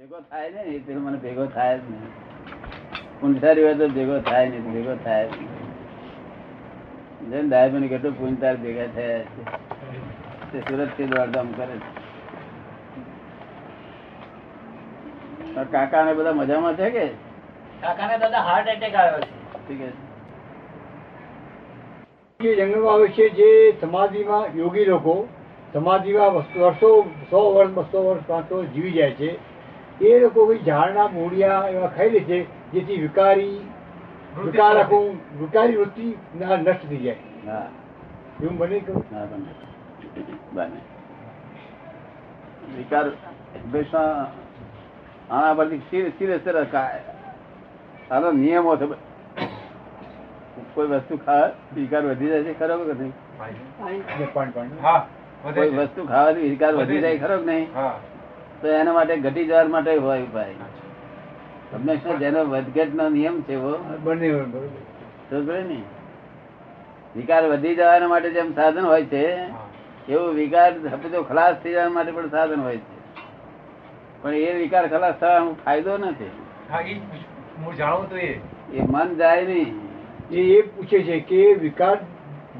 ભેગો થાય ને એ પેલો મને ભેગો થાય જ નહીં પૂંછારી હોય તો ભેગો થાય નહીં ભેગો થાય જ નહીં જેમ ડાયબિટીસ કેટલું પૂંછતાર ભેગા થયા છે તે સુરત થી દોડધામ કરે છે કાકા ને બધા મજામાં છે કે કાકાને દાદા હાર્ટ એટેક આવ્યો ઠીક છે જે જંગલમાં આવે છે જે સમાધિમાં યોગી લોકો સમાધિમાં વર્ષો સો વર્ષ બસો વર્ષ પાંચસો વર્ષ જીવી જાય છે એ લોકો કોઈ ઝાડના મૂળિયા એવા ખાઈ લે છે જેથી વિકારી વૃત્તિ વિકારકો વિકારી વૃત્તિ ના નષ્ટ થઈ જાય હા એવું બને કે હા બને બને વિકાર હંમેશા આના પરથી સિર સિરે સિરે ખાય. આનો નિયમો છે કોઈ વસ્તુ ખા વિકાર વધી જાય છે ખરો કે નહીં ને પણ પણ હા કોઈ વસ્તુ ખાવાથી વિકાર વધી જાય ખરો કે નહીં હા તો એના માટે ઘટી જવા માટે હોય ઉપાય હંમેશા જેનો વધઘટનો નિયમ છે એવો બંને બરોબર. તો ખબર ને વિકાર વધી જવાના માટે જેમ સાધન હોય છે એવું વિકાર જો ખલાસ થઈ જવા માટે પણ સાધન હોય છે પણ એ વિકાર ખલાસ થવાનો ફાયદો નથી હા એ હું જાણું તો એ એ મન જાય નહીં એ એ પૂછે છે કે વિકાર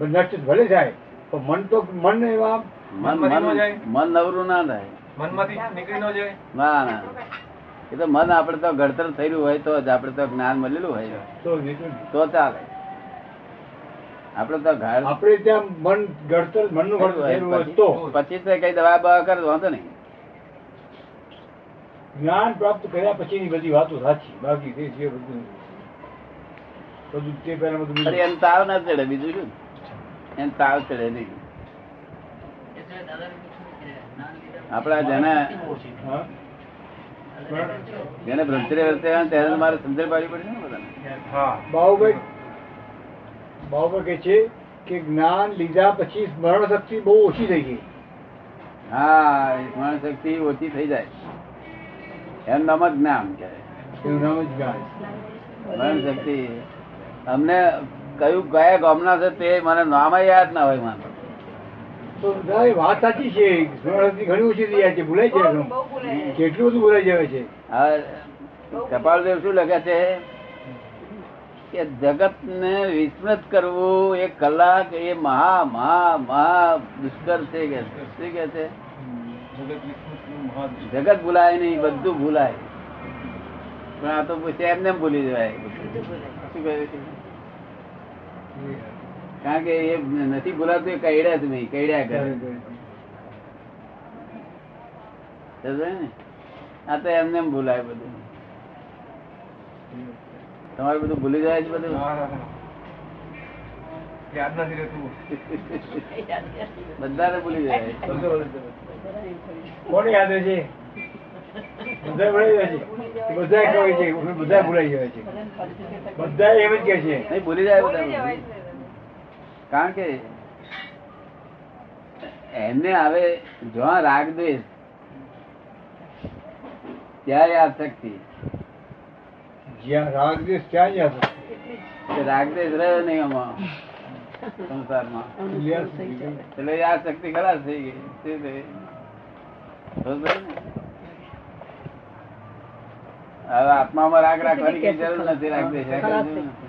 નષ્ટ ભલે થાય પણ મન તો મન એવા મન મન મન બદલી ન જાય? મન નવરું ના થાય મનમાંથી નીકળી ન જાય ના ના એ તો મન આપણે તો ઘડતર થયેલું હોય તો જ આપણે તો જ્ઞાન મળેલું હોય તો નીકળે નહીં. તો ચાલે આપણે તો ઘર આપણે ત્યાં મન ઘડતર મનનું ઘડતર થયેલું હોય તો પછી- પછી તો કઈ દવા બવા કર વાંધો નહીં જ્ઞાન પ્રાપ્ત કર્યા પછીની બધી વાતો સાચી બાકી તે જે બધું બધું તે પહેલા બધું અરે બીજું. એને તાવ ના ચડે બીજું શું એને તાવ ચડે નહીં આપણા જેને હા? જેને બ્રહ્મચર્ય વર્તે આવે તેને મારે સમજણ પાડવી પડશે ને બધાને હા બાહુભાઈ બાહુભાઈ કહે છે કે જ્ઞાન લીધા પછી સ્મરણ શક્તિ બહુ ઓછી થઈ ગઈ હા એ સ્મરણ શક્તિ ઓછી થઈ જાય એમ નામ જ જ્ઞાન કહેવાય. એનું નામ જ જ્ઞાન સ્મરણ શક્તિ અમને કયું કયા ગામના છે તે મને નામ યાદ ના હોય મારું તો બધા એ વાત સાચી છે સ્મરણ શક્તિ ઘણી ઓછી થઈ જાય છે ભૂલાઈ જાય છે. કેટલું બધું ભૂલાઈ જાય છે હવે કપાળદેવ શું લખે છે કે જગત ને વિસ્મૃત કરવું એક કલાક એ મહા મહા મહા દુષ્કર છે કે છે. શું કે છે જગત વિષ્ણુનું મહાન. જગત ભૂલાય નહીં બધું ભૂલાય પણ આ તો પછી એમને એમ ભૂલી જવાય શું કહ્યું છે? કારણ કે એ નથી ભૂલાતું એ કઈડ્યા જ નહીં કઈડ્યા કરે સમજાય ને આ તો એમને એમ ભૂલાય બધું તમારે બધું ભૂલી જાય છે બધું ના, ના, ના. યાદ નથી રહેતું બધાને ભૂલી જાય કોને યાદ રહે છે બધા ભૂલાઈ જાય છે બધા કહે છે બધા ભૂલાઈ જાય છે બધા એમ જ કહે છે નહીં ભૂલી જાય બધા કારણ કે એમને આવે જ્યાં રાગ દ્વેષ ત્યારે આ શક્તિ જ્યાં રાગ દ્વેષ ત્યાં જ હશે. કે રાગ દ્વેષ રહ્યો નહીં આમાં સંસારમાં ક્લિયર થઈ ગયું. એટલે આ શક્તિ ખલાસ થઈ ગઈ શું થઈ? સમજાય ને? હવે આત્મામાં રાગ રાખવાની કઈ જરૂર નથી રાગ દ્વેષ રાખવાની જરૂર નથી.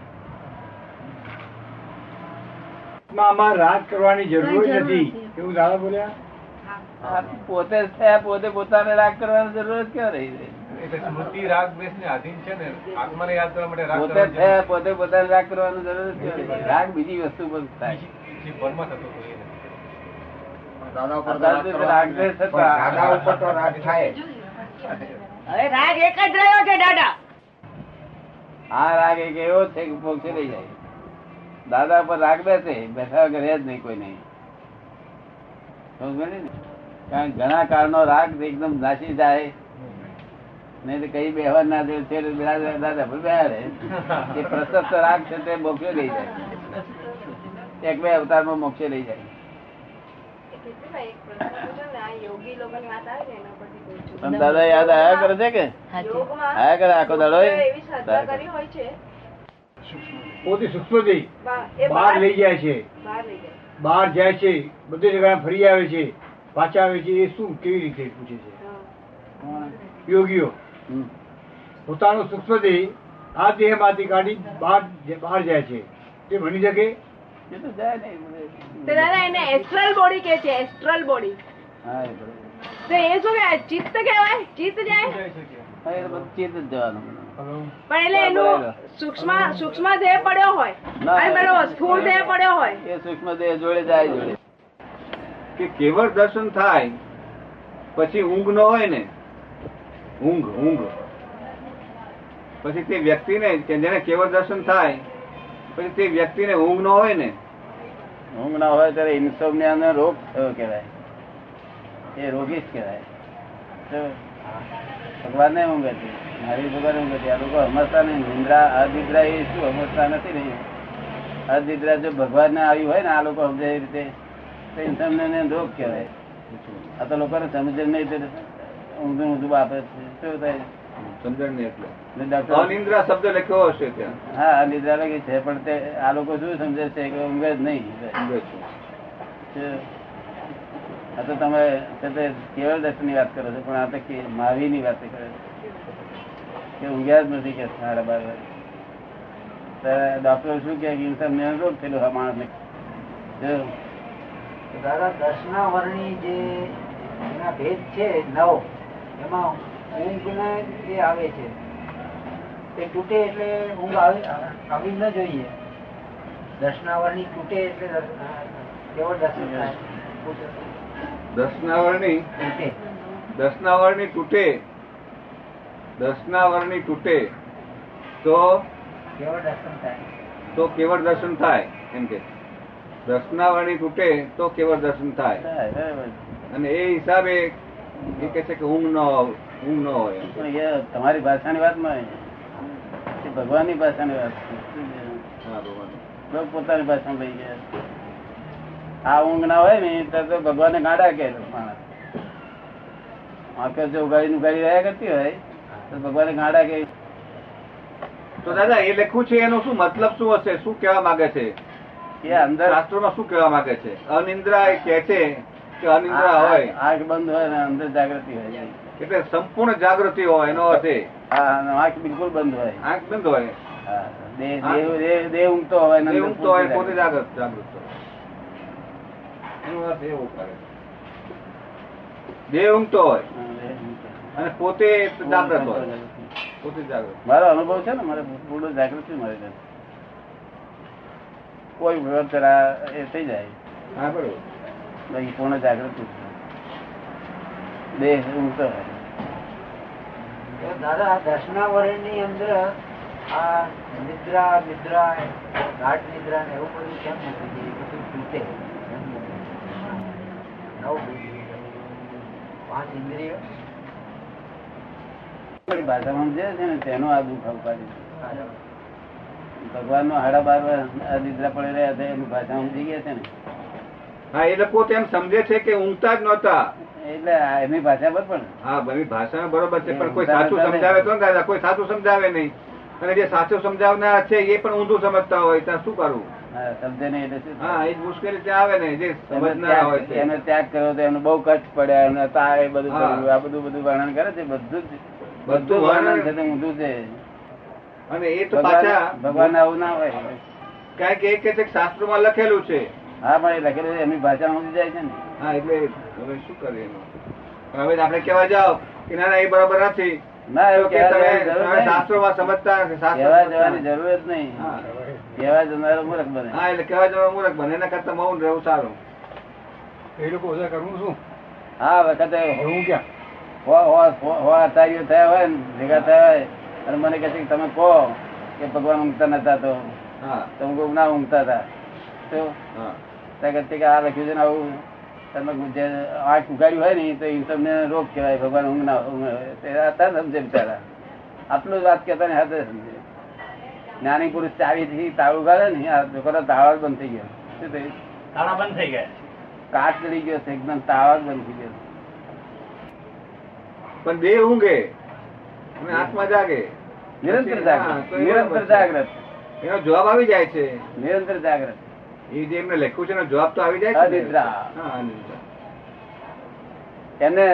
આત્મા આમાં રાગ કરવાની જરૂર જ કાંઈ જરૂર નથી નથી. એવું દાદા બોલ્યા આ પોતે જ થયા પોતે પોતાને રાગ કરવાની જરૂર જ ક્યાં રહી ગઈ? એટલે સ્મૃતિ રાગ દ્વેષ ને આધીન છે ને આત્માને યાદ કરવા માટે રાગ પોતે કરવાની થયા પોતે પોતાને રાગ કરવાની જરૂર જ ક્યાં રહી ગઈ? રાગ બીજી વસ્તુ પર થાય બીજી- બીજી ભરમાં થતો હતો એ. દાદા ઉપર તો અત્યારે રાગ તો કરવાનો રાગ નહીં. દ્વેષ હતા. પણ દાદા ઉપર તો રાગ થાય જ. હવે રાગ એક જ રહ્યો છે દાદા આ રાગ એક એવો છે કે પોક્ષે રહી જાય દાદા પર રાગ બેસે બેઠા વગર રહે જ નહીં કોઈ નહીં સમજ પડી ને? કારણ કે ઘણા કારણો રાગ એકદમ નાસી જાય નહીં તો કઈ બેહવા ના દે છે તો દાદા દાદા પર બેહા રહે એ પ્રશસ્ત રાગ છે તે મોક્ષે લઈ જાય એક બે અવતારમાં મોક્ષે લઈ જાય પણ દાદા યાદ આયા કરે છે કે આયા કરે આખો દાડો એ? કરી હોય છે પોતે સૂક્ષ્મથી બા- એ બહાર લઈ જાય છે બહાર લઈ જાય બહાર જાય છે બધી જગ્યાએ ફરી આવે છે પાછા આવે છે એ શું કેવી રીતે પૂછે છે હા. કોણ? યોગીઓ હમ. પોતાનો સૂક્ષ્મ દેહ આ દેહમાંથી કાઢી બહાર બહાર જાય છે તે બની શકે એ તો જાય નહીં. તો દાદા એને એસ્ટ્રલ બોડી કે છે એસ્ટ્રલ બોડી હા, એ બરોબર. તો એ શું કહેવાય ચિત્ત કહેવાય ચિત્ત જાય હા, એ તો બધું ચેત જ જવાનું. પણ એટલે એનું સૂક્ષ્મ સૂક્ષ્મ દેહ પડ્યો હોય ના. અને પેલો સ્થૂળ દેહ પડ્યો હોય એ સૂક્ષ્મ દેહ જોડે જાય જોડે કે કેવળ દર્શન થાય પછી ઊંઘ ન હોય ને ઊંઘ ઊંઘ પછી તે વ્યક્તિને કે જેને કેવળ દર્શન થાય પછી તે વ્યક્તિને ઊંઘ ન હોય ને ઊંઘ ના હોય ત્યારે ઇન્સોમનિયા નો રોગ થયો કહેવાય એ રોગી જ કહેવાય તો ભગવાનને ઊંઘ હતી મારી ભગવાન ઊંઘ હતી આ લોકો હમસતા નહીં નિંદ્રા અનિદ્રા એ શું હમસતા નથી નહીં અનિદ્રા જો ભગવાન ને આવી હોય ને આ લોકો સમજે એ રીતે તો ઇન્સોમનિયાને રોગ કહેવાય આ તો લોકોને સમજણ નહીં તો ઊંધું ઊંધું આપે છે શું થાય સમજણ નહીં એટલે ને ડૉક્ટર અનિંદ્રા શબ્દ લખ્યો હશે ત્યાં હા અનિદ્રા લાગે છે પણ તે આ લોકો શું સમજે છે કે ઊંઘ જ નહીં સમજો છો. છે. આ તો તમે તે તે કેવળ દર્શનની વાત કરો છો પણ આ તો કે મહાવીરની વાત કરો છો કે ઊંઘ્યા જ નથી કે સાડા બાર વાગે ત્યારે ડોક્ટર શું કહે કે તમને રોગ થયેલો આ માણસને જો, તો દાદા દર્શનાવરણી જે એના ભેદ છે નવ એમાં ઊંઘને જે આવે છે તે તૂટે એટલે ઊંઘ આવે આવી ન જોઈએ દર્શનાવરણી તૂટે એટલે દર્શ- કેવળ દર્શન થાય દર્શનાવરણી તૂટે દર્શનાવરણી તૂટે દર્શનાવરણી તૂટે તો કેવળ દર્શન થાય તો કેવળ દર્શન થાય એમ કે દર્શનાવરણી તૂટે તો કેવળ દર્શન થાય થાય, બરાબર. અને એ હિસાબે એ કહે છે કે ઊંઘ ન આવ- ઊંઘ ન હોય એમ. પણ એ તમારી ભાષાની વાત માં ભગવાનની ભાષાની વાત છે. શું છે? હા ભગવાન લોકો પોતાની ભાષામાં લઈ ગયા આ ઊંઘ ના હોય ને તો તો ભગવાનને ગાડા કહે છે માણસ આંખે જો ઉગાડીને ઉગાડી રહ્યા કરતી હોય તો ભગવાને ગાડા કહે તો દાદા એ લખ્યું છે એનો શું મતલબ શું હશે શું કહેવા માંગે છે એ અંદર આ- શાસ્ત્રોમાં શું કહેવા માંગે છે અનિંદ્રા એ કહે છે કે અનિંદ્રા આ- હોય આંખ બંધ હોય ને અંદર જાગૃતિ હોય એટલે સંપૂર્ણ જાગૃતિ હોય એનો અર્થ એ હા અને આંખ બિલકુલ બંધ હોય આંખ બંધ હોય હા. દેહ- દેહ- દેહ- દેહ ઊંઘતો હોય ને એ અંદર ઊંઘતો હોય પોતે પૂરતી જાગૃત જાગૃત હોય એનો અર્થ એવો કરે દેહ ઊંઘતો હોય હા, દેહ ઊંઘતો હોય. અને પોતે જાગૃત હોય પોતે જાગૃત મારો અનુભવ છે ને મારે પૂરો જાગૃતિ મળે છે કોઈ વખત જરા એ થઈ જાય હા બરોબર બાકી પૂર્ણ જાગૃતિ છે. દેહ ઊંઘતો હોય. તો દાદા આ દર્શનાવરણની અંદર આ નિદ્રા નિદ્રા ગાઢ નિદ્રા ને એવું બધું કેમ નથી એ બધું તૂટે નવ ઇન્દ્રિયો. પાંચ ઇન્દ્રિયો આપણી ભાષામાં જે છે ને તેનો આ દુઃખ અવકારી છે. અને ભગવાનનો હાડા બાર વર્ષ આ નિદ્રા પડી રહ્યા હતા એની ભાષા સમજી ગયા છે ને હા એ લોકો તેમ સમજે છે કે ઊંઘતા જ નહોતા એટલે આ એમની ભાષા પર પણ હા બધી ભાષા બરોબર છે પણ એ કોઈ સાચું ઉદાહરણ સમજાવે તો ને દાદા કોઈ સાચું સમજાવે નહીં અને જે સાચું સમજાવનાર છે એ પણ ઊંધું સમજતા હોય ત્યાં શું કરવું હા, સમજે નહીં એટલે શું હા થાય? એ જ મુશ્કેલી ત્યાં આવે ને જે એમનો સમજનાર હોય ત્યાગ- છે એમનો ત્યાગ કર્યો તો એમનો બહુ કષ્ટ પડ્યા એમને તાવ એ બધું હા. કર્યું. આ બધું બધું વર્ણન કરે છે બધું જ બધું બધું વર્ણન વર્ણન. છે તે ઊંધું છે અને એ તો પાછા ભગવાન ભગવાન આવું ના હોય કારણ કે એ કહે છે કે શાસ્ત્રોમાં લખેલું છે હા પણ એ લખેલું છે, એમની ભાષા સમજી જાય છે ને હા એટલે હવે શું કરીએ એનું? હવે આપણે કહેવા જાઓ કે ના ના એ બરાબર નથી ના તો એવું કે કહેવા જવાની તમે જરૂર તમે નહીં. શાસ્ત્રોમાં સમજતા કે શાસ્ત્રો કહેવા સમજતા જવાની નથી. જરૂર જ નહીં હા. કહેવા જનારો મૂર્ખ બને હા એટલે કહેવા જવાનું મૂર્ખ બને એના કરતા મૌન રહેવું સારું એ લોકો બધા કરવું શું આ વખતે કરવું ક્યાં હો હો- હો- હો આચાર્યો થયા હોય ને ભેગા થયા હોય અને મને કહે છે કે તમે કહો કે ભગવાન ઊંઘતા નતા તો હા તમે કહો ના ઊંઘતા હતા તો હા ત્યાં કહે છે કે આ લખ્યું છે ને આવું તમે જે આંખ ઉગાડ્યું હોય ને તો એ તમને રોગ કહેવાય ભગવાન ઊંઘ ના ઊંઘ- તે આ તને સમજે બિચારા આટલું જ વાત કહેતા ને હાથે સમજે જ્ઞાની પુરુષ ચાવીથી તાળું ઉગાડે ને આ છોકરો તાળો જ બંધ થઈ ગયો શું થયું તાળા બંધ થઈ ગયા કાટ ચડી ગયો છે એકદમ તાળો જ બંધ થઈ ગયો પણ દેહ ઊંઘે અને આત્મા જાગે નિરંતર હા, જાગૃત તો એ નિરંતર બરાબર છે. જાગૃત એનો જવાબ આવી જાય છે નિરંતર જાગૃત એ જે એમને લખ્યું છે એનો જવાબ તો આવી જાય છે ને? અનિદ્રા. હા, અનિદ્રા. એને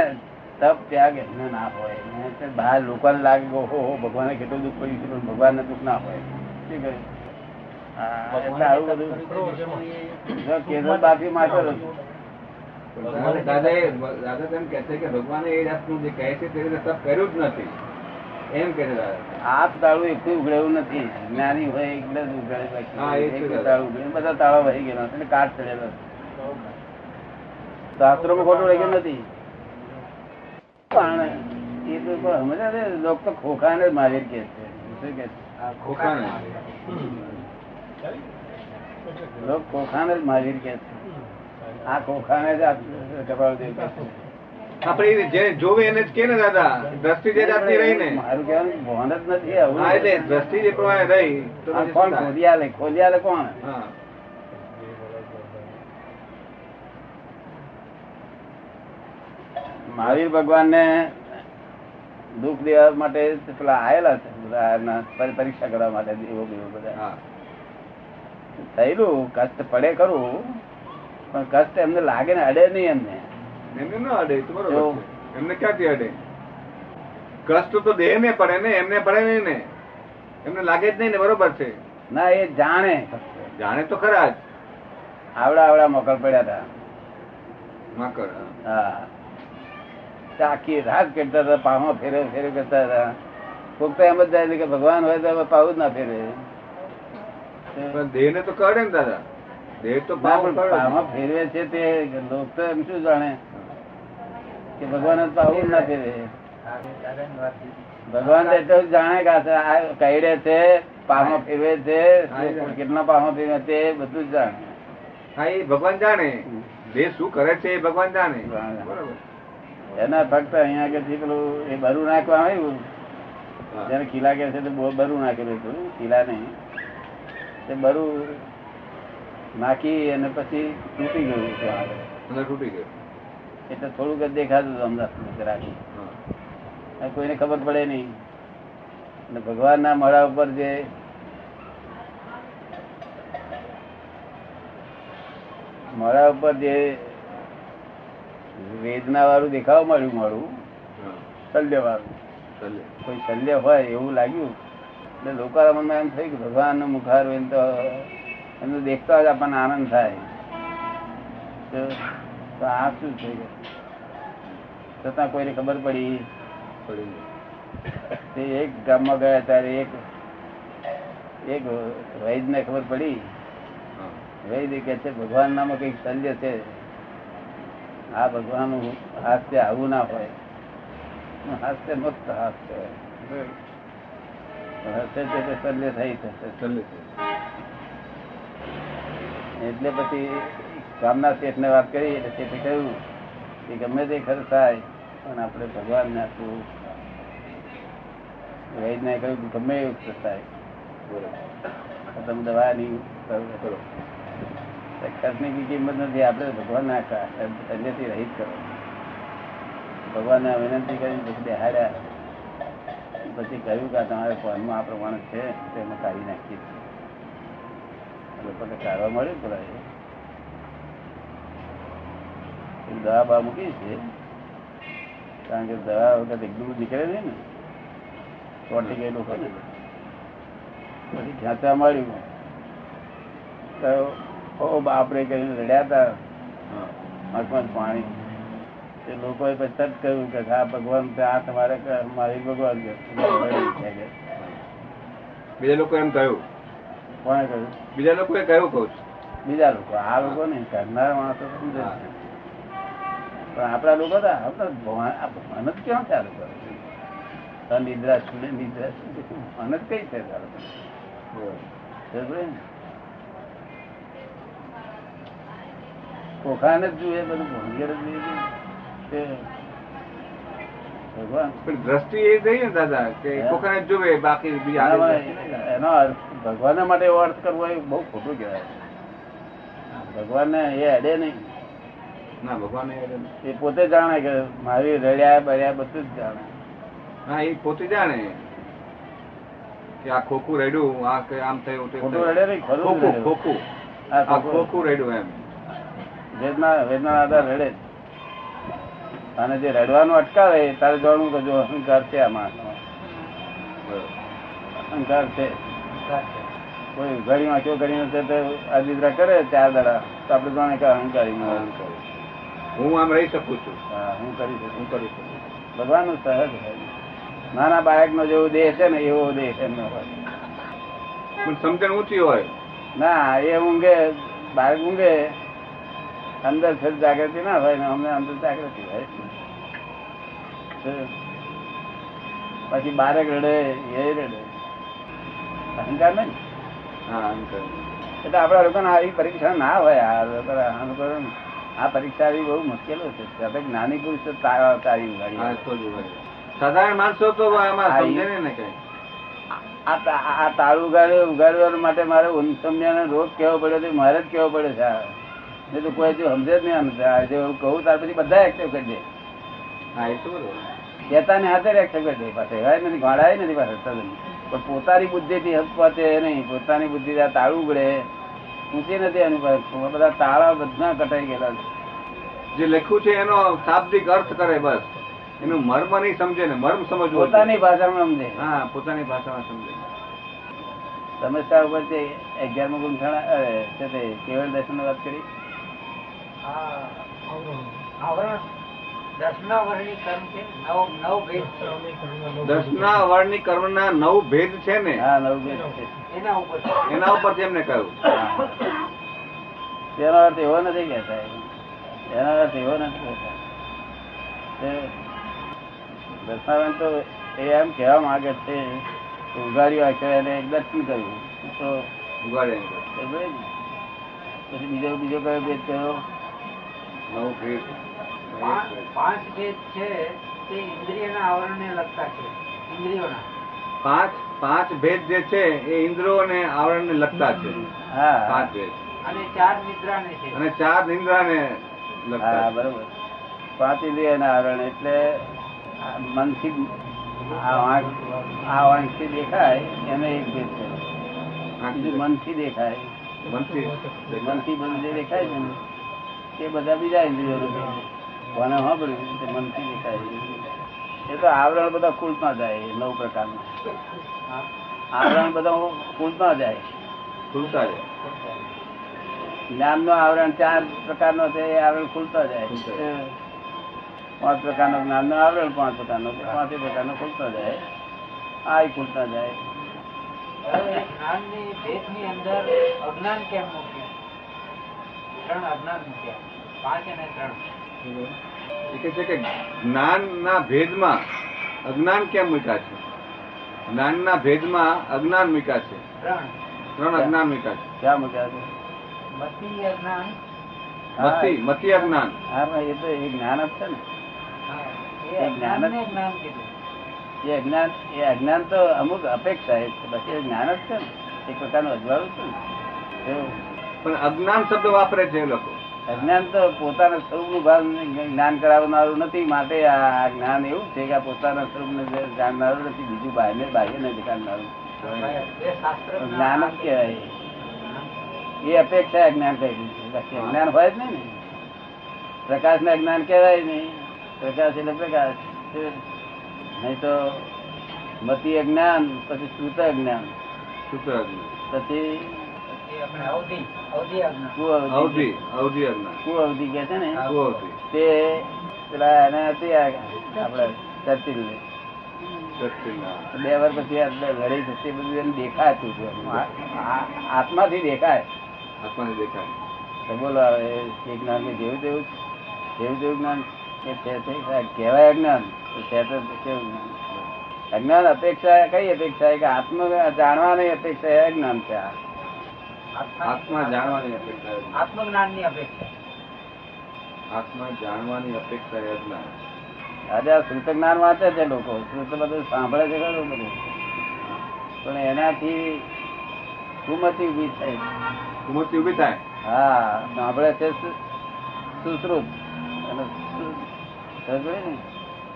તપ ત્યાગ એમને ના હોય ને તે બહાર લોકોને લાગે કે ઓહો ઓહો, ભગવાને કેટલું દુઃખ પડ્યું છે પણ ભગવાનને દુઃખ ના હોય શું કહે? હા, એટલે આવું બધું જો કેશવ બાપી માથે રહો. દાદા દાદા તો એમ કહે છે કે ભગવાને એ જાતનું જે કહે છે તે રીતે તપ કર્યું જ નથી એમ કહે છે દાદા આપ તાળું એકલું ઉઘડેલું નથી જ્ઞાની હોય એટલે જ ઉઘડે હા, એ તો બાકી એકલું તાળું ઉઘડે. બધા તાળા વહી ગયેલા છે અને કાટ ચડેલો છે શાસ્ત્રોમાં ખોટું રહી ગયું નથી પણ એ તો પણ હમણાં છે, લોકો તો ખોખાને જ મારી કે છે શું કે છે? ખોખાને લોકો ખોખાને જ મારી કે છે આ ખોખાને જ આ કપાળ દેવ કે છે આપણે જે જોવે એને જ કે ને દાદા દ્રષ્ટિ જે જાતની રહી ને મારું કહેવાનું ભાન જ નથી આવું હા એટલે દ્રષ્ટિ જે પ્રમાણે રહી તો આ પછી કોણ શું થાય? ખોલિયાલે ખોલિયાલે કોણ હા મહાવીર ભગવાન ને દુઃખ દેવા માટે પેલા આયેલા છે બધા એમના પર- પરીક્ષા કરવા માટે દેવો બેવો બધા હા થયેલું કષ્ટ પડે ખરું પણ કષ્ટ એમને લાગે ને અડે નહીં એમને એમને ન અડે એ તો બરોબર એવું. છે. એમને ક્યાંથી અડે કષ્ટ તો દેહ ને પડે ને એમને પડે નહીં ને એમને લાગે જ નહીં ને બરોબર છે ના એ જાણે જાણે તો ખરા જ આવડા આવડા મોકલ પડ્યા હતા માકડ હા. હા તે આખી રાત કરતા હતા પામાં ફેરવ ફેરવ કરતા હતા કોક તો એમ જ જાય છે કે ભગવાન હોય તો હવે પાવું જ ના ફેરવે પણ દેહ ને તો કરડે ને દાદા દેહ તો ના, પાપ પણ કરડે. પામાં ફેરવે છે તે લોકો તો એમ શું જાણે કે ભગવાન જ પાવું જ ના ફેરવે ભગવાન તો એટલું જ જાણે કે આ છે, આ કઈડે છે પામો ફેરવે છે કેટલા પામો ફેરવે છે એ બધું જ જાણે હા એ ભગવાન જાણે દેહ શું કરે છે એ ભગવાન જાણે જાણે. બરોબર એના ફક્ત અહીંયા આગળથી પેલું એ બરું નાખવા આવ્યું હા. જેને ખીલા કે છે તે બહુ બરું નાખેલું હતું ખીલા નહીં તે બરું નાખી અને પછી તૂટી ગયું ત્યાં આગળ. અંદર તૂટી ગયો એટલે થોડુંક જ દેખાતું હતું અમદાવાદ રાખી હા. અને કોઈને ખબર પડે નહીં અને ભગવાનના મળા ઉપર જે મળા ઉપર જે વેદના વાળું દેખાવા મળ્યું મારું હા. શલ્ય વાળું ચાલે. કોઈ શલ્ય હોય એવું લાગ્યું એટલે લોકોના મનમાં એમ થયું કે ભગવાનનું મુખાર હોય ને તો એમનું દેખતા જ આપણને આનંદ થાય તો તો આ શું થઈ ગયું છતાં કોઈને ખબર પડી પડી ગયો. તે એક ગામમાં ગયા ત્યારે એક એક વૈદને ખબર પડી હા. વૈદ કે છે ભગવાન નામાં કઈક શલ્ય છે આ ભગવાન હાસ્ય આવું ના હોય હાસ્ય મુક્ત હાસ્ય હોય હાસ્ય છે તે શલ્ય થઈ જશે ચાલે. એટલે પછી ગામના શેઠને વાત કરી એટલે શેઠે કહ્યું કે ગમે તે ખર્ચ થાય પણ આપણે ભગવાનને આપવું વૈદને કહ્યું કે ગમે એવું ખર્ચ થાય બરોબર. તમે દવા નહીં કરો કરો ખર્ચની બી કિંમત નથી આપણે ભગવાન ના સંજયથી રહિત કરો ભગવાનને વિનંતી કરીને પછી બેહાડ્યા પછી કહ્યું કે આ તમારે ફોનમાં આ પ્રમાણે છે તેમાં કાઢી નાખીએ છીએ. લોકોને કાઢવા મળ્યું પેલા એ. એ દવા બા મૂકી છે કારણ કે દવા વખત એકદમ જ નીકળે નહીં ને ચોંટી ગયેલું હોય ને પછી ખ્યાતા મળ્યું તો ઓ બાપરે કરીને રડ્યા હતા હા. આંખમાં જ પાણી તે લોકોએ પછી તરત કહ્યું કે આ ભગવાન છે, આ તમારે ક- મારી ભગવાન છે. છે કે. બીજા લોકો એમ કહ્યું કોણે કહ્યું બીજા લોકોએ કહ્યું કહું છું બીજા લોકો આ લોકો નહીં કરનારા માણસો તો સમજે જ નહીં. પણ આપણા લોકો તો આપણા ભગવાન આ ભગવાન જ ક્યાં ચાલુ કરે તો નિદ્રા છૂટે નિદ્રા છૂટે ભગવાન જ કઈ છે ચાલુ બરોબર. કોખાને જ જુએ બધું ભોંગેર જ નહીં તે ભગવાન પણ દ્રષ્ટિ એ થઈ ને દાદા કે હા. કોકાને જોવે બાકી બીજા આગળ એનામાં- એનો અર્થ ભગવાનના માટે એવો અર્થ કરવો એ બહુ ખોટું કહેવાય ભગવાનને એ અડે નહીં ના ભગવાન એ આગળ. એ પોતે જાણે કે મારી રડ્યા બળ્યા બધું જ જાણે હા એ પોતે જાણે કે આ ખોખું રેડ્યું આ કે આમ થયું તે ખોટું થયું. રડે નહીં, ખરું જ ખોખું રડે. ખોખું આ આ ખોખું. ખોખું રેડ્યું એમ વેદના વેદના આધાર રડે જ. અને જે રડવાનું અટકાવે તારે જાણવું કે જો અહંકાર છે આ માણસમાં અહંકાર છે કોઈ ઘડીમાં કયો ઘડીમાં છે તો અદિદ્રા કરે ચાર દાડા તો આપણે જાણે કે અહંકારી માણસ. હું આમ રહી શકું છું હા, હું કરી શકું હું કરી શકું ભગવાનનું સહજ હોય નાના બાળકનો જેવો દેહ છે ને એવો દેહ એમનો હોય પણ સમજણ ઊંચી હોય ના એ ઊંઘે બાળક ઊંઘે અંદર ફેર જાગૃતિ ના હોય ને અમને અંદર જાગૃતિ હોય પછી બાળક રડે એ રડે અહંકાર નહીં હા આમ કરે. એટલે આપણા લોકોને આવી પરીક્ષા ના હોય આ લોકો- આ લોકોને આ પરીક્ષા આવી બહુ મુશ્કેલો છે ત્યાં જ્ઞાની પુરુષ તો તારા તારી હા, ઉઘાડી. તો જ હોય. સાધારણ માણસો તો આમાં સમજે નહીં ને કઈ આ તા- આ તારું ઉગાડ્યું ઉગાડવા માટે મારે ઉનસમ્યાને રોગ કેવો પડ્યો તે મારે જ કેવો પડે છે આ. નહીં તો કોઈ હજુ સમજે જ નહીં આમ. આ જે હું કહું ત્યાર પછી બધા એક્સેપ્ટ કરી દે હા એ તો બરોબર. કેતાને હાથે એક્સેપ્ટ કરી દે પાસે એવાય નથી ઘોડાય નથી પાસે તદ્દન. પણ પોતાની બુદ્ધિથી હસપાતે નહીં પોતાની બુદ્ધિથી આ તાળું ઉગડે ઊંચી નથી એની પાસે બધા તાળા બધા કટાઈ ગયેલા છે જે લખ્યું છે એનો શાબ્દિક અર્થ કરે બસ એનું મર્મ નહીં સમજે ને મર્મ સમજવું જોઈએ. પોતાની ભાષામાં સમજે હા પોતાની ભાષામાં સમજે સમસ્યા ઉપર તે અગિયારમું ગુંઠાણા અરે, છે તે કેવળ દર્શન વાત કરી આ આવરણ. આવરણ દસના વર્ણની કર્મ છે નવ નવ ભેદ છે. દસના વર્ણની કર્મના નવ ભેદ છે ને હા નવું ભેદ છે એના ઉપર છે. એના ઉપર એમને કહ્યું તેનો અર્થ એવો નથી કહેતા એનો અર્થ એવો નથી કહેતા તે દશાવન તો એ એમ કહેવા માંગે છે કે ઉઘાડ્યું આ કહેવાય અને એક દર્શન કર્યું તો ઉગાડે એમ કહ્યું. એ ભલે ને. પછી બીજો બીજો કયો ભેદ કર્યો નવ ભેદ પાંચ પાંચ ભેદ છે તે ઇન્દ્રિયના આવરણને લગતા છે ઇન્દ્રિયોના પાંચ પાંચ ભેદ જે છે એ ઇન્દ્રો અને આવરણને લગતા છે હા પાંચ ભેદ અને ચાર નિદ્રાને છે અને ચાર ઇન્દ્રાને લગતા હા છે. બરોબર પાંચ ઇન્દ્રિયના આવરણ એટલે આ મનથી આ વાંક આ વાંકથી દેખાય એને એક ભેદ કર્યો બીજું મનથી દેખાય મનથી મનથી બધું જે દેખાય છે ને તે બધા બીજા ઇન્દ્રિયો કોને સાંભળ્યું તે મનથી દેખાય છે. એ તો આવરણ બધા કુલમાં જાય નવ પ્રકારના આવરણ બધા કુલમાં જાય ખુલતા રહે. જ્ઞાનનો આવરણ ચાર પ્રકારનો છે એ આવરણ ખુલતો જાય ખુલતો પાંચ પ્રકારનો જ્ઞાનનો આવરણ પાંચ પ્રકારનો છે. પાંચે પ્રકારનો ખુલતો જાય આ ખુલતા જાય હવે એ જ્ઞાનની ભેદની અંદર અજ્ઞાન કેમ મૂક્યું ત્રણ અજ્ઞાન મૂક્યા પાંચ અને ત્રણ એ કહે છે કે જ્ઞાનના ભેદમાં અજ્ઞાન કેમ મૂક્યા છે જ્ઞાનના ભેદમાં અજ્ઞાન મૂક્યા છે ત્રણ ત્રણ અજ્ઞાન મૂક્યા છે ક્યાં મૂક્યા છે મતી અજ્ઞાન હા. મતિ મતિ અજ્ઞાન હા ભાઈ એ તો એ જ્ઞાન આપશે ને હા, એ એ જ્ઞાન જ- અજ્ઞાનને જ્ઞાન કીધું એ અજ્ઞાન એ અજ્ઞાન તો અમુક અપેક્ષા એ છે બાકી એ જ્ઞાન જ છે ને એક પ્રકારનું અજવાળું છે ને એવું. પણ અજ્ઞાન શબ્દ વાપરે છે એ લોકો અજ્ઞાન તો પોતાના સ્વરૂપનું ભાન જ્ઞાન કરાવનારું નથી માટે આ જ્ઞાન એવું છે કે આ પોતાના સ્વરૂપને જે જાણનારું નથી બીજું બાહ્યને બાહ્યને જાણનારું એ શાસ્ત્ર જ્ઞાન જ કહેવાય એ અપેક્ષા અજ્ઞાન કહી છે બાકી અજ્ઞાન હોય જ નહીં ને પ્રકાશ ને અજ્ઞાન કહેવાય નહીં પ્રકાશ એટલે પ્રકાશ નહીં તો મતિ અજ્ઞાન પછી શ્રુત અજ્ઞાન સૂત્ર અજ્ઞાન પછી એ આપણે અવધિ અવધિ અજ્ઞાન કુઅવધિ અવધિ અવધિ અજ્ઞાન કુઅવધિ કે છે ને અવધિ તે પેલા એના હતી આ આપડા ચર્ચિલ સત્યના બે વાર પછી આ લડાઈ થશે બધું એને દેખાતું હતું આ- આ- આત્માથી દેખાય આપણને દેખાય તો બોલો હવે એ જ્ઞાન ને જેવું તેવું જેવું તેવું જ્ઞાન કે છે તે કહેવાય અજ્ઞાન તો છે તો કેવું જ્ઞાન અજ્ઞાન અપેક્ષા કઈ અપેક્ષા છે કે આત્મ જાણવાની અપેક્ષા એ અજ્ઞાન છે આ આત્મા જાણવાની અપેક્ષા એ અજ્ઞાન. આત્મજ્ઞાનની અપેક્ષા આત્મા જાણવાની અપેક્ષા એ અજ્ઞાન આજે આ શ્રુત જ્ઞાન વાંચે છે લોકો શ્રુત બધું સાંભળે છે ખરું બધું પણ એનાથી સુમતિ ઉભી થાય છે. કુમતિ ઉભી થાય હા સાંભળે છે સુ- સુશ્રુત અને સુ- ખબર પડી ને?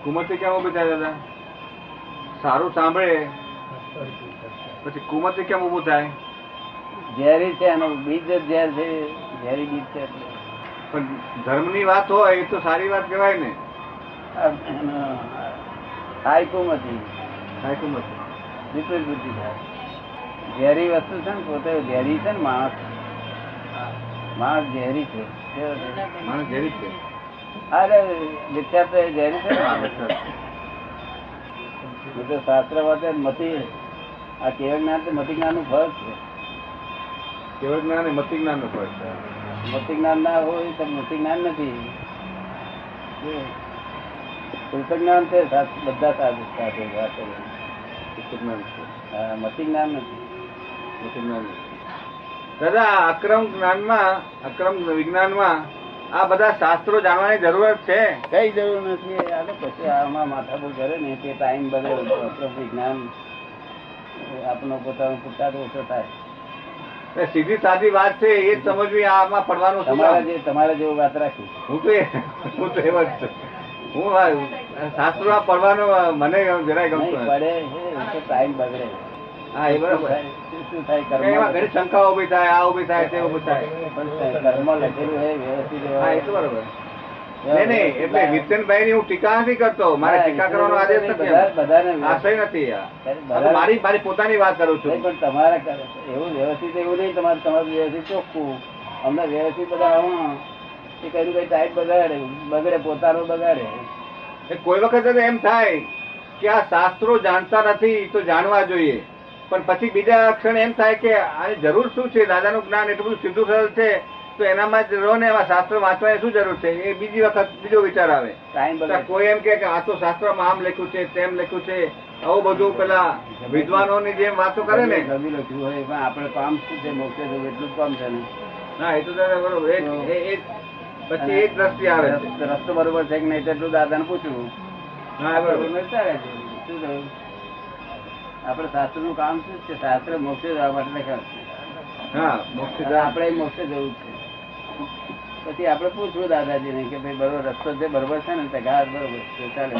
કુમતિ કેમ ઉભી થાય દાદા સારું સાંભળે પછી કુમતિ કેમ ઉભું થાય ઝેરી છે એનો બીજ જ ઝેર છે ઝેરી બીજ છે એટલે. પણ ધર્મની વાત હોય એ તો સારી વાત કહેવાય ને હાઈકુમ હતી સાચું નથી વિપરીત બુદ્ધિ થાય ઝેરી વસ્તુ છે ને પોતે ઝેરી છે ને માણસ માણસ ઝેરી છે કેવો છે? માણસ જેવી જ છે અરે વિખ્યાત તો એ ઝેરી છે ને માણસ. એ તો શાસ્ત્ર માટે મતિ આ કેવળ જ્ઞાન તો મતિ જ્ઞાન નું ફળ છે કેવળ જ્ઞાન એ મતિ જ્ઞાન નો ફળ છે મતિ જ્ઞાન ના હોય તો મતિ જ્ઞાન નથી પુસ્તક જ્ઞાન છે સાચ- બધા સાધુ સાથે વાત કરે. પુસ્તક જ્ઞાન છે હા, મતિ જ્ઞાન નથી મતિ જ્ઞાન નથી. દાદા અક્રમ જ્ઞાનમાં અક્રમ વિજ્ઞાનમાં આ બધા શાસ્ત્રો જાણવાની જરૂર જ છે કઈ જરૂર નથી આ તો પછી આમાં માથાપુર કરે ને તે ટાઈમ બગડે શાસ્ત્ર વિજ્ઞાન આપનો પોતાનો પુરસાદ ઓછો થાય એ સીધી સાધી વાત છે એ જ સમજવી આમાં પડવાનું શું તમારા કામ? જે તમારા જેવું વાત રાખી હું તો એ- હું તો એમ જ છું. હું આ શાસ્ત્રો આ પડવાનું મને જરાય ગમતું નહીં નથી. પડે એ તો ટાઈમ બગડે હા એ બરાબર શું- શું થાય કર્મ એમાં ઘણી શંકાઓ ઉભી થાય આ ઉભી થાય તે ઉભું થાય પણ કર્મ લખેલું હોય વ્યવસ્થિત હા એ તો બરાબર નહીં નહીં એટલે નિત્યનભાઈ ની હું ટીકા નથી કરતો મારે ટીકા કરવાનો આદેશ નથી બધા- બધાને એમ. આશય નથી આ. આ તો બધાને- મારી મારી પોતાની વાત કરું નહીં, છું પણ તમારા કર- એવું વ્યવસ્થિત એવું નહીં તમારે તમારું વ્યવસ્થિત ચોખ્ખું અમને વ્યવસ્થિત બધા આવું એ કર્યું કઈ ટાઈટ બગાડે બગડે પોતાનો બગાડે એ કોઈ વખત જ એમ થાય કે આ શાસ્ત્રો જાણતા નથી તો જાણવા જોઈએ પણ પછી બીજા ક્ષણે એમ થાય કે આની જરૂર શું છે દાદાનું જ્ઞાન એટલું બધું સીધું સરળ છે તો એનામાં જ રહો ને એવા શાસ્ત્ર વાંચવાની શું જરૂર છે એ બીજી વખત બીજો વિચાર આવે ટાઈમ તો બગાડે કોઈ એમ કહે કે આ તો શાસ્ત્રમાં આમ લખ્યું છે તેમ લખ્યું છે આવું બધું પેલા વિદ્વાનોની જેમ વાતો કરે ને ગમે લખ્યું હોય પણ આપણે કામ શું છે મોક્ષે જવું એટલું જ કામ છે ને હા એ તો દાદા બરોબર એ જ- એ- એ જ- પછી એ જ દ્રષ્ટિ આવે છે રસ્તો- રસ્તો બરોબર છે કે નહીં તેટલું દાદાને પૂછવું હા બરોબર વિચારે છે. શું થયું? આપણે શાસ્ત્ર નું કામ શું છે શાસ્ત્ર મોક્ષે જવા માટે લખ્યા છે હા મોક્ષ અને સિદ્ધાંત. આપણે મોક્ષે જવું છે પછી આપણે પૂછવું દાદાજીને કે ભાઈ બરોબર રસ્તો જે બરોબર છે ને તે ઘાટ બરોબર છે ચાલે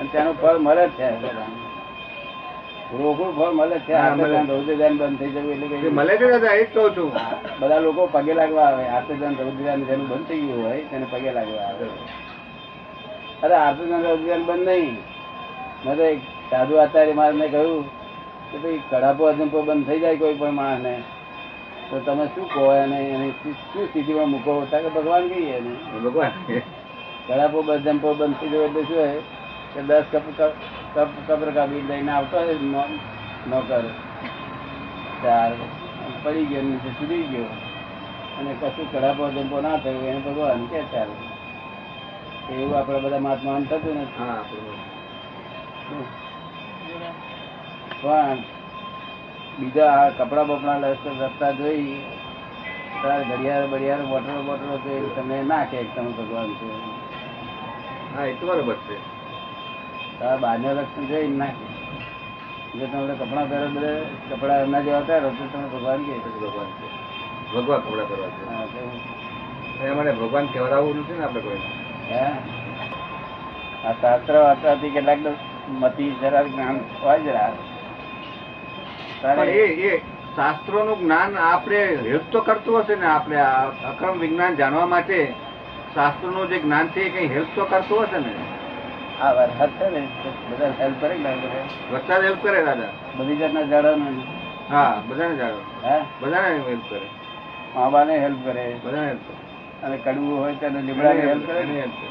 અને તેનું ફળ મળે જ છે બધાને. રોકડું ફળ મળે જ છે હા, આપણે મળે. ત્યાં રૌદ્રદાન બંધ થઈ જવું એટલે જે કઈ મળે છે દાદા એ જ કહું છું બધા લોકો પગે લાગવા આવે આર્તદાન રૌદ્રદાન જેનું બંધ થઈ ગયું હોય તેને પગે લાગવા આવે અરે આર્તદાન રૌદ્રદાન બંધ નહીં મેં તો એક સાધુ આચાર્ય મારે કહ્યું કે ભાઈ કડાપો અજંપો બંધ થઈ જાય કોઈ પણ માણસને તો તમે શું કહો અને એને શું શું સ્થિતિમાં મૂકો તા કે ભગવાન કહીએ એને ભગવાન કડાપો અજંપો બંધ થઈ જાય એટલે શું હોય કે દસ કપ કપ કપ કપર કાપી લઈને આવતો હોય નો- નોકર ચાર પડી ગયો નીચે સુધી ગયો અને કશું કડાપો અજંપો ના થયું એને ભગવાન કે ચાલે એવું આપણે બધા મહાત્માન થતું નથી હા બરોબર. પણ બીજા આ કપડા બપડા લસ- લસતા જોઈ તાર ઘડિયાળ બડિયાળ બોટલો બોટલો જોઈ તમે ના કે તમે ભગવાન છો હા એ તો બરોબર છે તારા બહારને લક્ષણ જોઈ ને ના કે જો તમને કપડાં પહેરો બધે કપડા એમના જેવા પહેરો તો તમે ભગવાન કે પછી ભગવાન છે ભગવાન કપડા કરવા છે હા, તો હું- એ મને ભગવાન કહેવડાવવું નથી ને આપણે કોઈ હે? આ શાસ્ત્ર વાંચવાથી કેટલાક તો મતિ જરા જ્ઞાન હોય જરા પણ તારે એ એ શાસ્ત્રોનું જ્ઞાન આપણે હેલ્પ તો કરતું હશે ને આપણે આ અક્રમ વિજ્ઞાન જાણવા માટે શાસ્ત્રોનું જે જ્ઞાન છે એ કઈ હેલ્પ તો કરતું હશે ને આ વરસાદ છે ને બધા હેલ્પ કરે કે ના કરે વરસાદ હેલ્પ કરે દાદા બધી જાતના ઝાડોને હા બધાને જાણો હે બધાને હેલ્પ કરે આંબાને હેલ્પ કરે બધાને help કરે. અને કડવું હોય તેને લીમડાને હેલ્પ કરે બધાને ને help કરે.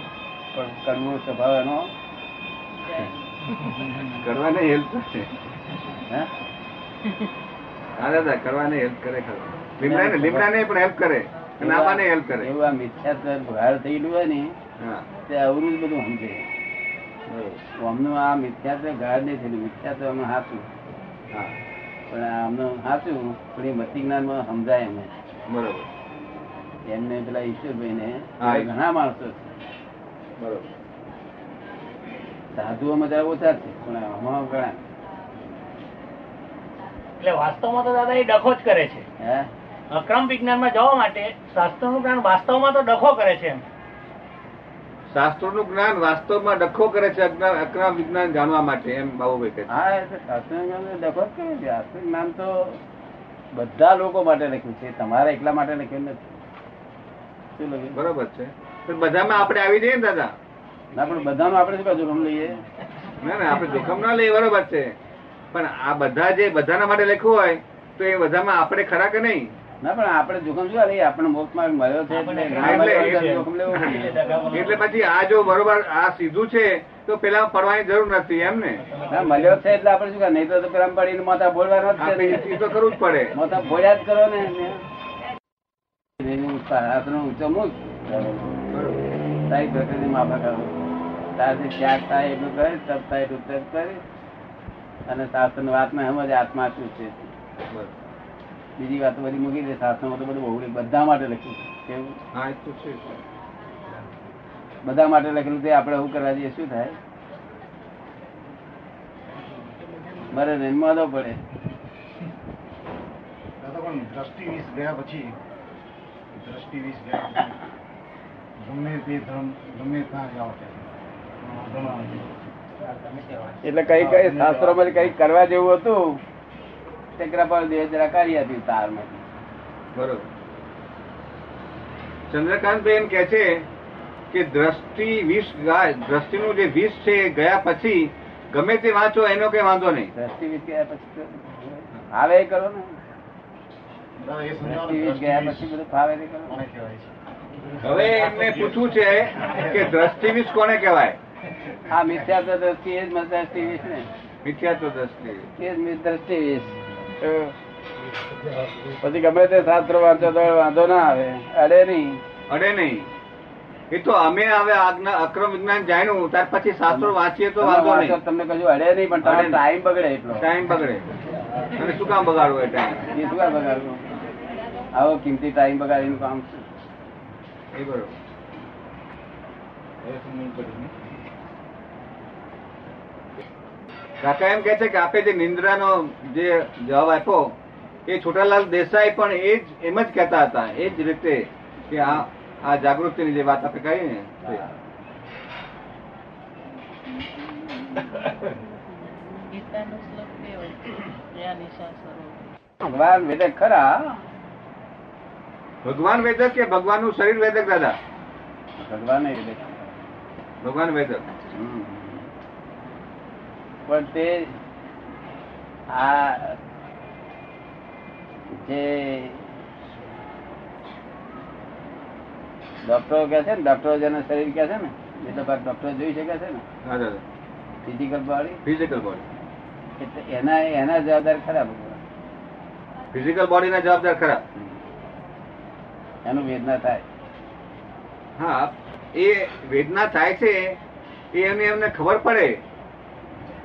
પણ કડવો સ્વભાવ એનો કરવાને હેલ્પ કરે હે હા દાદા કરવાને હેલ્પ કરે ખરો લીમડાને લીમડાને પણ હેલ્પ કરે અને આપાને હેલ્પ કરે એવું આ મિથ્યાત્વ ભાર થયેલું હોય ને હા તે અવરું જ બધું સમજે બરોબર. અમનું આ મિથ્યાત્વ ગાળ નહીં થયેલું મિથ્યાત્વ અમે હાચું હા પણ આ અમનું હાચું પણ એ મતિ જ્ઞાનમાં સમજાય એમને બરોબર એમને પેલા ઈશ્વરભાઈને હા, એ- ઘણા માણસો છે. બરોબર સાધુઓમાં જરા ઓછા છે પણ આમાં ઘણા એટલે વાસ્તવમાં તો દાદા એ ડખો જ કરે છે હે અક્રમ વિજ્ઞાનમાં જવા માટે શાસ્ત્રનું જ્ઞાન વાસ્તવમાં તો ડખો કરે છે એમ શાસ્ત્રોનું જ્ઞાન વાસ્તવમાં ડખો કરે છે અજ્ઞાન અક્રમ વિજ્ઞાન જાણવા માટે એમ બાબુભાઈ કહે છે હા એ તો શાસ્ત્ર જ્ઞાન તો ડખો જ કરે છે શાસ્ત્ર જ્ઞાન તો બધા લોકો માટે લખ્યું છે તમારા એકલા માટે લખ્યું નથી શું લખ્યું બરોબર છે તો બધામાં આપણે આવી જઈએ ને દાદા ના પણ બધાનું આપણે શું કાજુ રમ લઈએ ના ના આપણે જોખમ ના લઈએ બરોબર છે પણ આ બધા જે બધાના માટે લખ્યું હોય તો એ બધામાં આપણે ખરા કે નહીં ના પણ આપણે જોખમ શું લઈએ આપણને મોક્ષ માર્ગ મળ્યો છે એટલે આપણે ના મળ્યો એટલે- ત્યારે જોખમ લેવું પડે. એટલે પછી આ જો બરોબર આ સીધું છે તો પેલા પડવાની જરૂર નથી એમ ને ના મળ્યો છે એટલે આપણે શું કરે નહીં તો તો પેલા પડીને મોતા બોલવાનો જ છે આપણે ને. એ તો કરવું જ પડે મોતા બોલ્યા જ કરો ને એનું હાથનું ઊંચો મૂક. તારી પ્રકૃતિ માફા કરો તારથી ત્યાગ થાય એટલું કરે તપ થાય એટલું તપ કરે અને શાસ્ત્રની વાતને સમજ આત્મા શું છે બરોબર. બીજી વાત બધી મૂકી દે શાસ્ત્રમાં તો બધું બહુ બધા માટે લખ્યું છે કેવું? હા એ તો છે બધા માટે લખેલું તે આપણે શું કરવા જઈએ શું થાય મારે રમવા દો પડે દાદા પણ દ્રષ્ટિ વીસ ગયા પછી દ્રષ્ટિ વીસ ગયા પછી ગમે તે ધર્મ ગમે ત્યાં જાઓ એટલે કઈ કઈ શાસ્ત્રો માં કઈ કરવા જેવું હતું ચક્રા પર દેહ જરા કાઢી હતી તાર બરોબર ચંદ્રકાંત એમ કે છે કે દ્રષ્ટિ વિષ ગાય દ્રષ્ટિનું જે વિષ છે એ ગયા પછી ગમે તે વાંચો એનો કઈ વાંધો નહીં દ્રષ્ટિ વીજ ગયા પછી આવે એ કરો ને દાદા એ સમજાવો દ્રષ્ટિ ને વીજ દ્રષ્ટિ વીસ ગયા પછી બધું ફાવે તે કરો કોને કહેવાય છે હવે એમને પૂછવું છે કે દ્રષ્ટિ વિષ કોને કહેવાય આ મિથ્યા તો દ્રષ્ટિ એ જ મત દ્રષ્ટિ વીજ ને મિથ્યાત્વ દ્રષ્ટિ એ જ મિત દ્રષ્ટિ વીજ પછી ગમે તે શાસ્ત્રો વાંચો તો વાંધો ના આવે અડે નહીં અડે નહીં એ તો અમે હવે આજ્ઞા અક્રમ વિજ્ઞાન જાણ્યું ત્યાર પછી શાસ્ત્રો વાંચીએ તો તમે વાંધો વાંચો નહીં તમને કશું અડે નહીં પણ તમારો અડે નહીં. ટાઈમ બગડે એટલો ટાઈમ બગડે અને શું કામ બગાડવું એ ટાઈમ એ શું કામ બગાડવું આવો કિંમતી ટાઈમ બગાડીનું કામ શું એ બરોબર કાકા એમ કે છે કે આપે જે નિંદ્રાનો જે જવાબ આપ્યો એ છોટાલાલ દેસાઈ પણ એ જ એમ જ કહેતા હતા એ જ રીતે કે આ આ જાગૃતિની જે વાત આપણે કહી ને તે. ભગવાન વેદક ખરા ભગવાન વેદક કે ભગવાનનું શરીર વેદક દાદા ભગવાન એ વેદક ભગવાન વેદક હમ. પણ તે આ જે ડોક્ટરો કે છે ને ડોક્ટરો જેને શરીર કે છે ને એટલે ભાગ ડોક્ટરો જોઈ શકે છે ને હા દાદા ફિઝિકલ બોડી ફિઝિકલ બોડી એટલે એના એના જવાબદાર ખરા ભગવાન ફિઝિકલ બોડીના જવાબદાર ખરા એનું વેદના થાય હા એ વેદના થાય છે એ એમને એમને ખબર પડે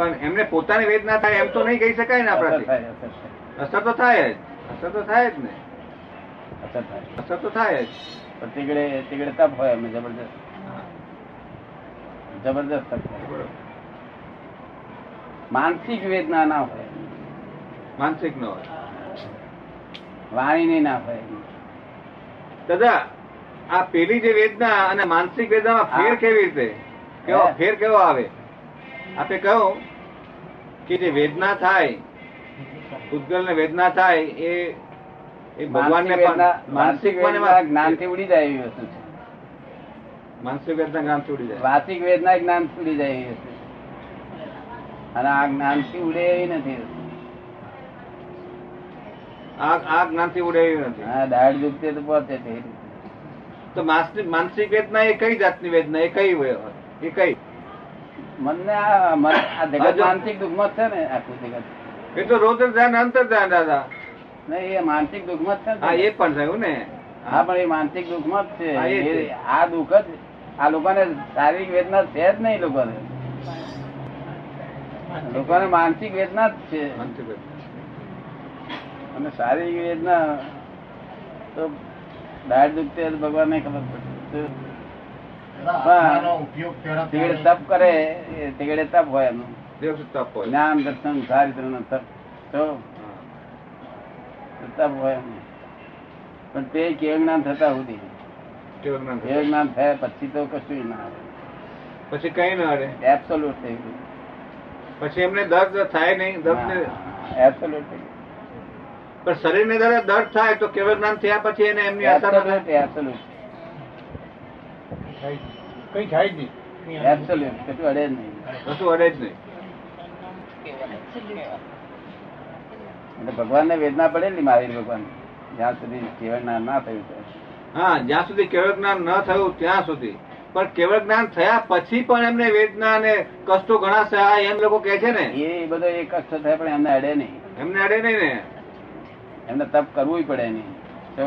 પણ એમને પોતાની વેદના થાય એમ તો નહીં કહી શકાય ને અસર આપણાથી થાય અસર થાય અસર તો થાય જ અસર તો થાય જ ને અસર થાય અસર તો થાય જ પણ તીગડે તીગડે તપ હોય અમે જબરજસ્ત જબરજસ્ત તપ હોય. માનસિક વેદના ના હોય માનસિક નો હોય વાણીની ના હોય દાદા આ પેલી જે વેદના અને માનસિક વેદનામાં ફેર કેવી રીતે કેવો હે? ફેર કેવો આવે આપે કહ્યું કે જે વેદના થાય ભૂતગલને વેદના થાય એ એ ભગવાનને માનસિક વેદના- પણ માનસિક માનસિક પણ વેદના એમાં- જ્ઞાનથી ઉડી જાય એવી વસ્તુ છે માનસિક વેદના જ્ઞાન છોડી જાય વાચિક વેદના જ્ઞાન ઉડી જાય એવી વસ્તુ છે અને આ જ્ઞાનથી ઉડે એવી નથી આ આ જ્ઞાનથી ઉડાવી નથી હા દાઢ દુખતે તો પહોંચે છે તો માનસિક માનસિક વેદના એ કઈ જાતની વેદના એ કઈ હોય? એ કઈ મનને આ મન આ જગત હજુ- માનસિક દુઃખમાં જ છે ને આખું જગત એ તો રોધર ધ્યાન અંતર ધ્યાન દાદા નહીં એ માનસિક દુઃખમાં જ હા છે ને એ પણ થયું ને હા પણ એ માનસિક દુઃખમાં જ હા, એ છે છે. એ- આ દુઃખ જ આ લોકોને શારીરિક વેદના છે જ નહીં લોકોને લોકોને માનસિક વેદના જ છે માનસિક વેદના. અને શારીરિક વેદના તો દાઢ દુખતે હોય તો ભગવાનને ખબર પડે આત્માનો ઉપયોગ પહેલા તીગડે ત્યારે- તપ કરે એ તીગડે તપ હોય એમનું દેવ શું તપ હોય? જ્ઞાન દર્શન ચારિત્ર નો તપ તો હા. તો તપ હોય એમનું. પણ તે કેવ જ્ઞાન થતા સુધી કેવું જ્ઞાન કેવ થયું? જ્ઞાન થયા પછી તો કશું ના આવે પછી કઈ ના અડે એબ્સોલ્યુટ થઈ ગયું પછી એમને દર્દ થાય નહીં દર્દ ને એબ્સોલ્યુટ થઈ ગયું પણ શરીરને દાદા દર્દ થાય તો કેવળ જ્ઞાન થયા પછી એને એમની અસર ના થાય? એબ્સોલ્યુટ એબ્સોલ્યુટ કંઈ થાય જ નહીં એબ્સોલ્યુટ કશું અડે જ નહીં કશું અડે જ નહીં એટલે ભગવાનને વેદના પડેલી મારી ભગવાન જ્યાં સુધી જીવન ના ના થયું છે હા જ્યાં સુધી કેવળ જ્ઞાન ન થયું ત્યાં સુધી પણ કેવળ જ્ઞાન થયા પછી પણ એમને વેદના અને કષ્ટો ઘણા સહાય એમ લોકો કહે છે ને એ બધો એ કષ્ટ થાય પણ એમને અડે નહીં એમને અડે નહીં ને એમને તપ કરવું પડે નહીં તો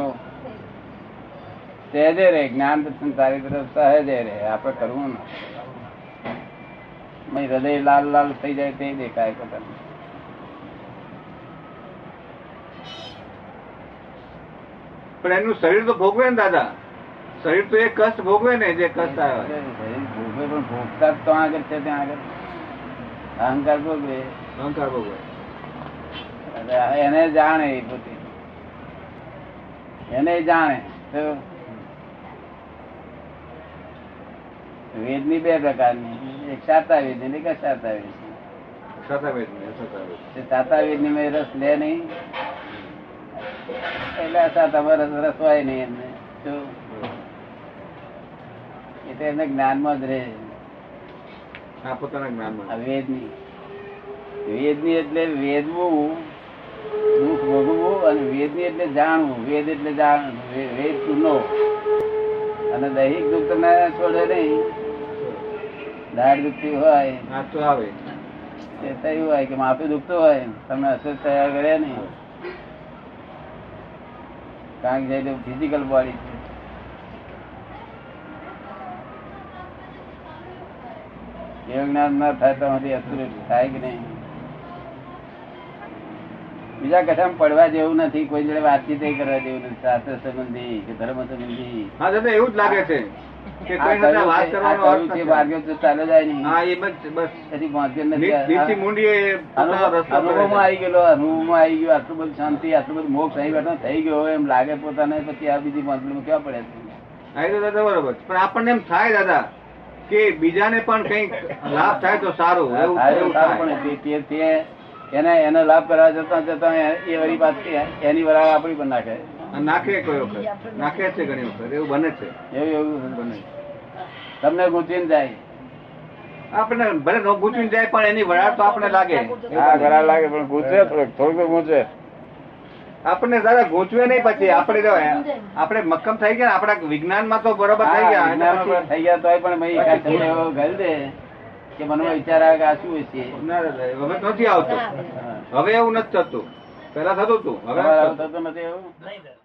સહેજે રે જ્ઞાન દર્શન તારી તરફ સહેજે રે આપણે કરવું ને હૃદય લાલ લાલ થઈ જાય તે દેખાય પોતાને પણ એમનું શરીર તો ભોગવે ને દાદા શરીર તો એ કષ્ટ ભોગવે ને જે કષ્ટ આવ્યો ભોગવે પણ ભોગતા જ તો આગળ છે ત્યાં આગળ અહંકાર ભોગવે અહંકાર ભોગવે એટલે એને જાણે એ પોતે એને જાણે તો વેદની બે પ્રકારની એક સાતા વેદની ને એક અસાતા વેદની છતાં વેદની છતાં વેદની. તે સાતા વેદની મેં રસ લે નહીં એટલે અસાતામાં રસ રસવાય નહીં એમને શું એ તો એમને જ્ઞાનમાં જ રહે આ પોતાના આ જ્ઞાનમાં વેદની વેદની એટલે વેદવું દુઃખ ભોગવવું અને વેદની એટલે જાણવું વેદ એટલે જાણવું વે- વેદ to know. અને દૈહિક દુઃખ તો ના છોડે નહીં દાઢ દુખતી હોય આ તો આવે તે થયું હોય કે માપે દુખતું હોય તમને અસર થયા કરે નહીં કારણ કે ફિઝિકલ બોડી છે એવું જ્ઞાન ના થાય તો અમારી અસુર થાય કે નહીં બીજા કશામાં પડવા જેવું નથી કોઈ જોડે વાતચીત ય કરવા જેવું નથી શાસ્ત્ર સંબંધી કે ધર્મ સંબંધી હા દાદા એવું જ લાગે છે કે આ કોઈ સાથે કર્યું વાત છે, આ કરવાનો કર્યું અર્થ છે, નથી. ભાગ્યો તો ચાલ્યો જાય નહીં હા એ બસ બસ પછી પહોંચ્યો નથી નીચ- નીચી આ- મૂંડી એ પોતાનો અનુભવ- રસ્તો કરે અનુભવમાં છે. આવી ગયેલો અનુભવમાં આવી ગયો આટલું બધું શાંતિ આટલું બધું મોક્ષ અહીં બેઠો થઈ ગયો એમ લાગે પોતાને પછી આ બીજી મોકલું ક્યાં પડે છે? હા, એ તો દાદા બરોબર છે. પણ આપણને એમ થાય દાદા કે બીજાને પણ કંઈક લાભ થાય તો સારું એવું સારું એવું સારું થાય. પણ તે- તે- તે એને એનો લાભ કરવા જતા જતા એ વળી પાછી એની વરાળ આપણી પણ નાખે અને નાખે કોઈ વખત નાખે છે ઘણી વખત એવું બને છે એવું એવું બને તમને ગૂંચીને જાય આપણને ભલે નો ગૂંચવી જાય પણ એની વરાળ તો આપણને લાગે હા ઘણા લાગે પણ ગૂંચે થોડુંક થોડુંક ગૂંચે આપણને દાદા ગૂંચવે નહીં પછી આપણે જો આપણે મક્કમ થઈ ગયા ને, આપણા વિજ્ઞાનમાં તો બરોબર થઈ ગયા અને હા, પછી- થઈ ગયા તોય પણ ભાઈ એકાદ સમય એવો ઘલ દે કે મનમાં વિચાર આવે કે આ શું છે ના દાદા, હવે નથી આવતો હા. હવે એવું નથી થતું પેલા થતું હતું હવે નથી થતું. થતું નથી એવું નહીં દાદા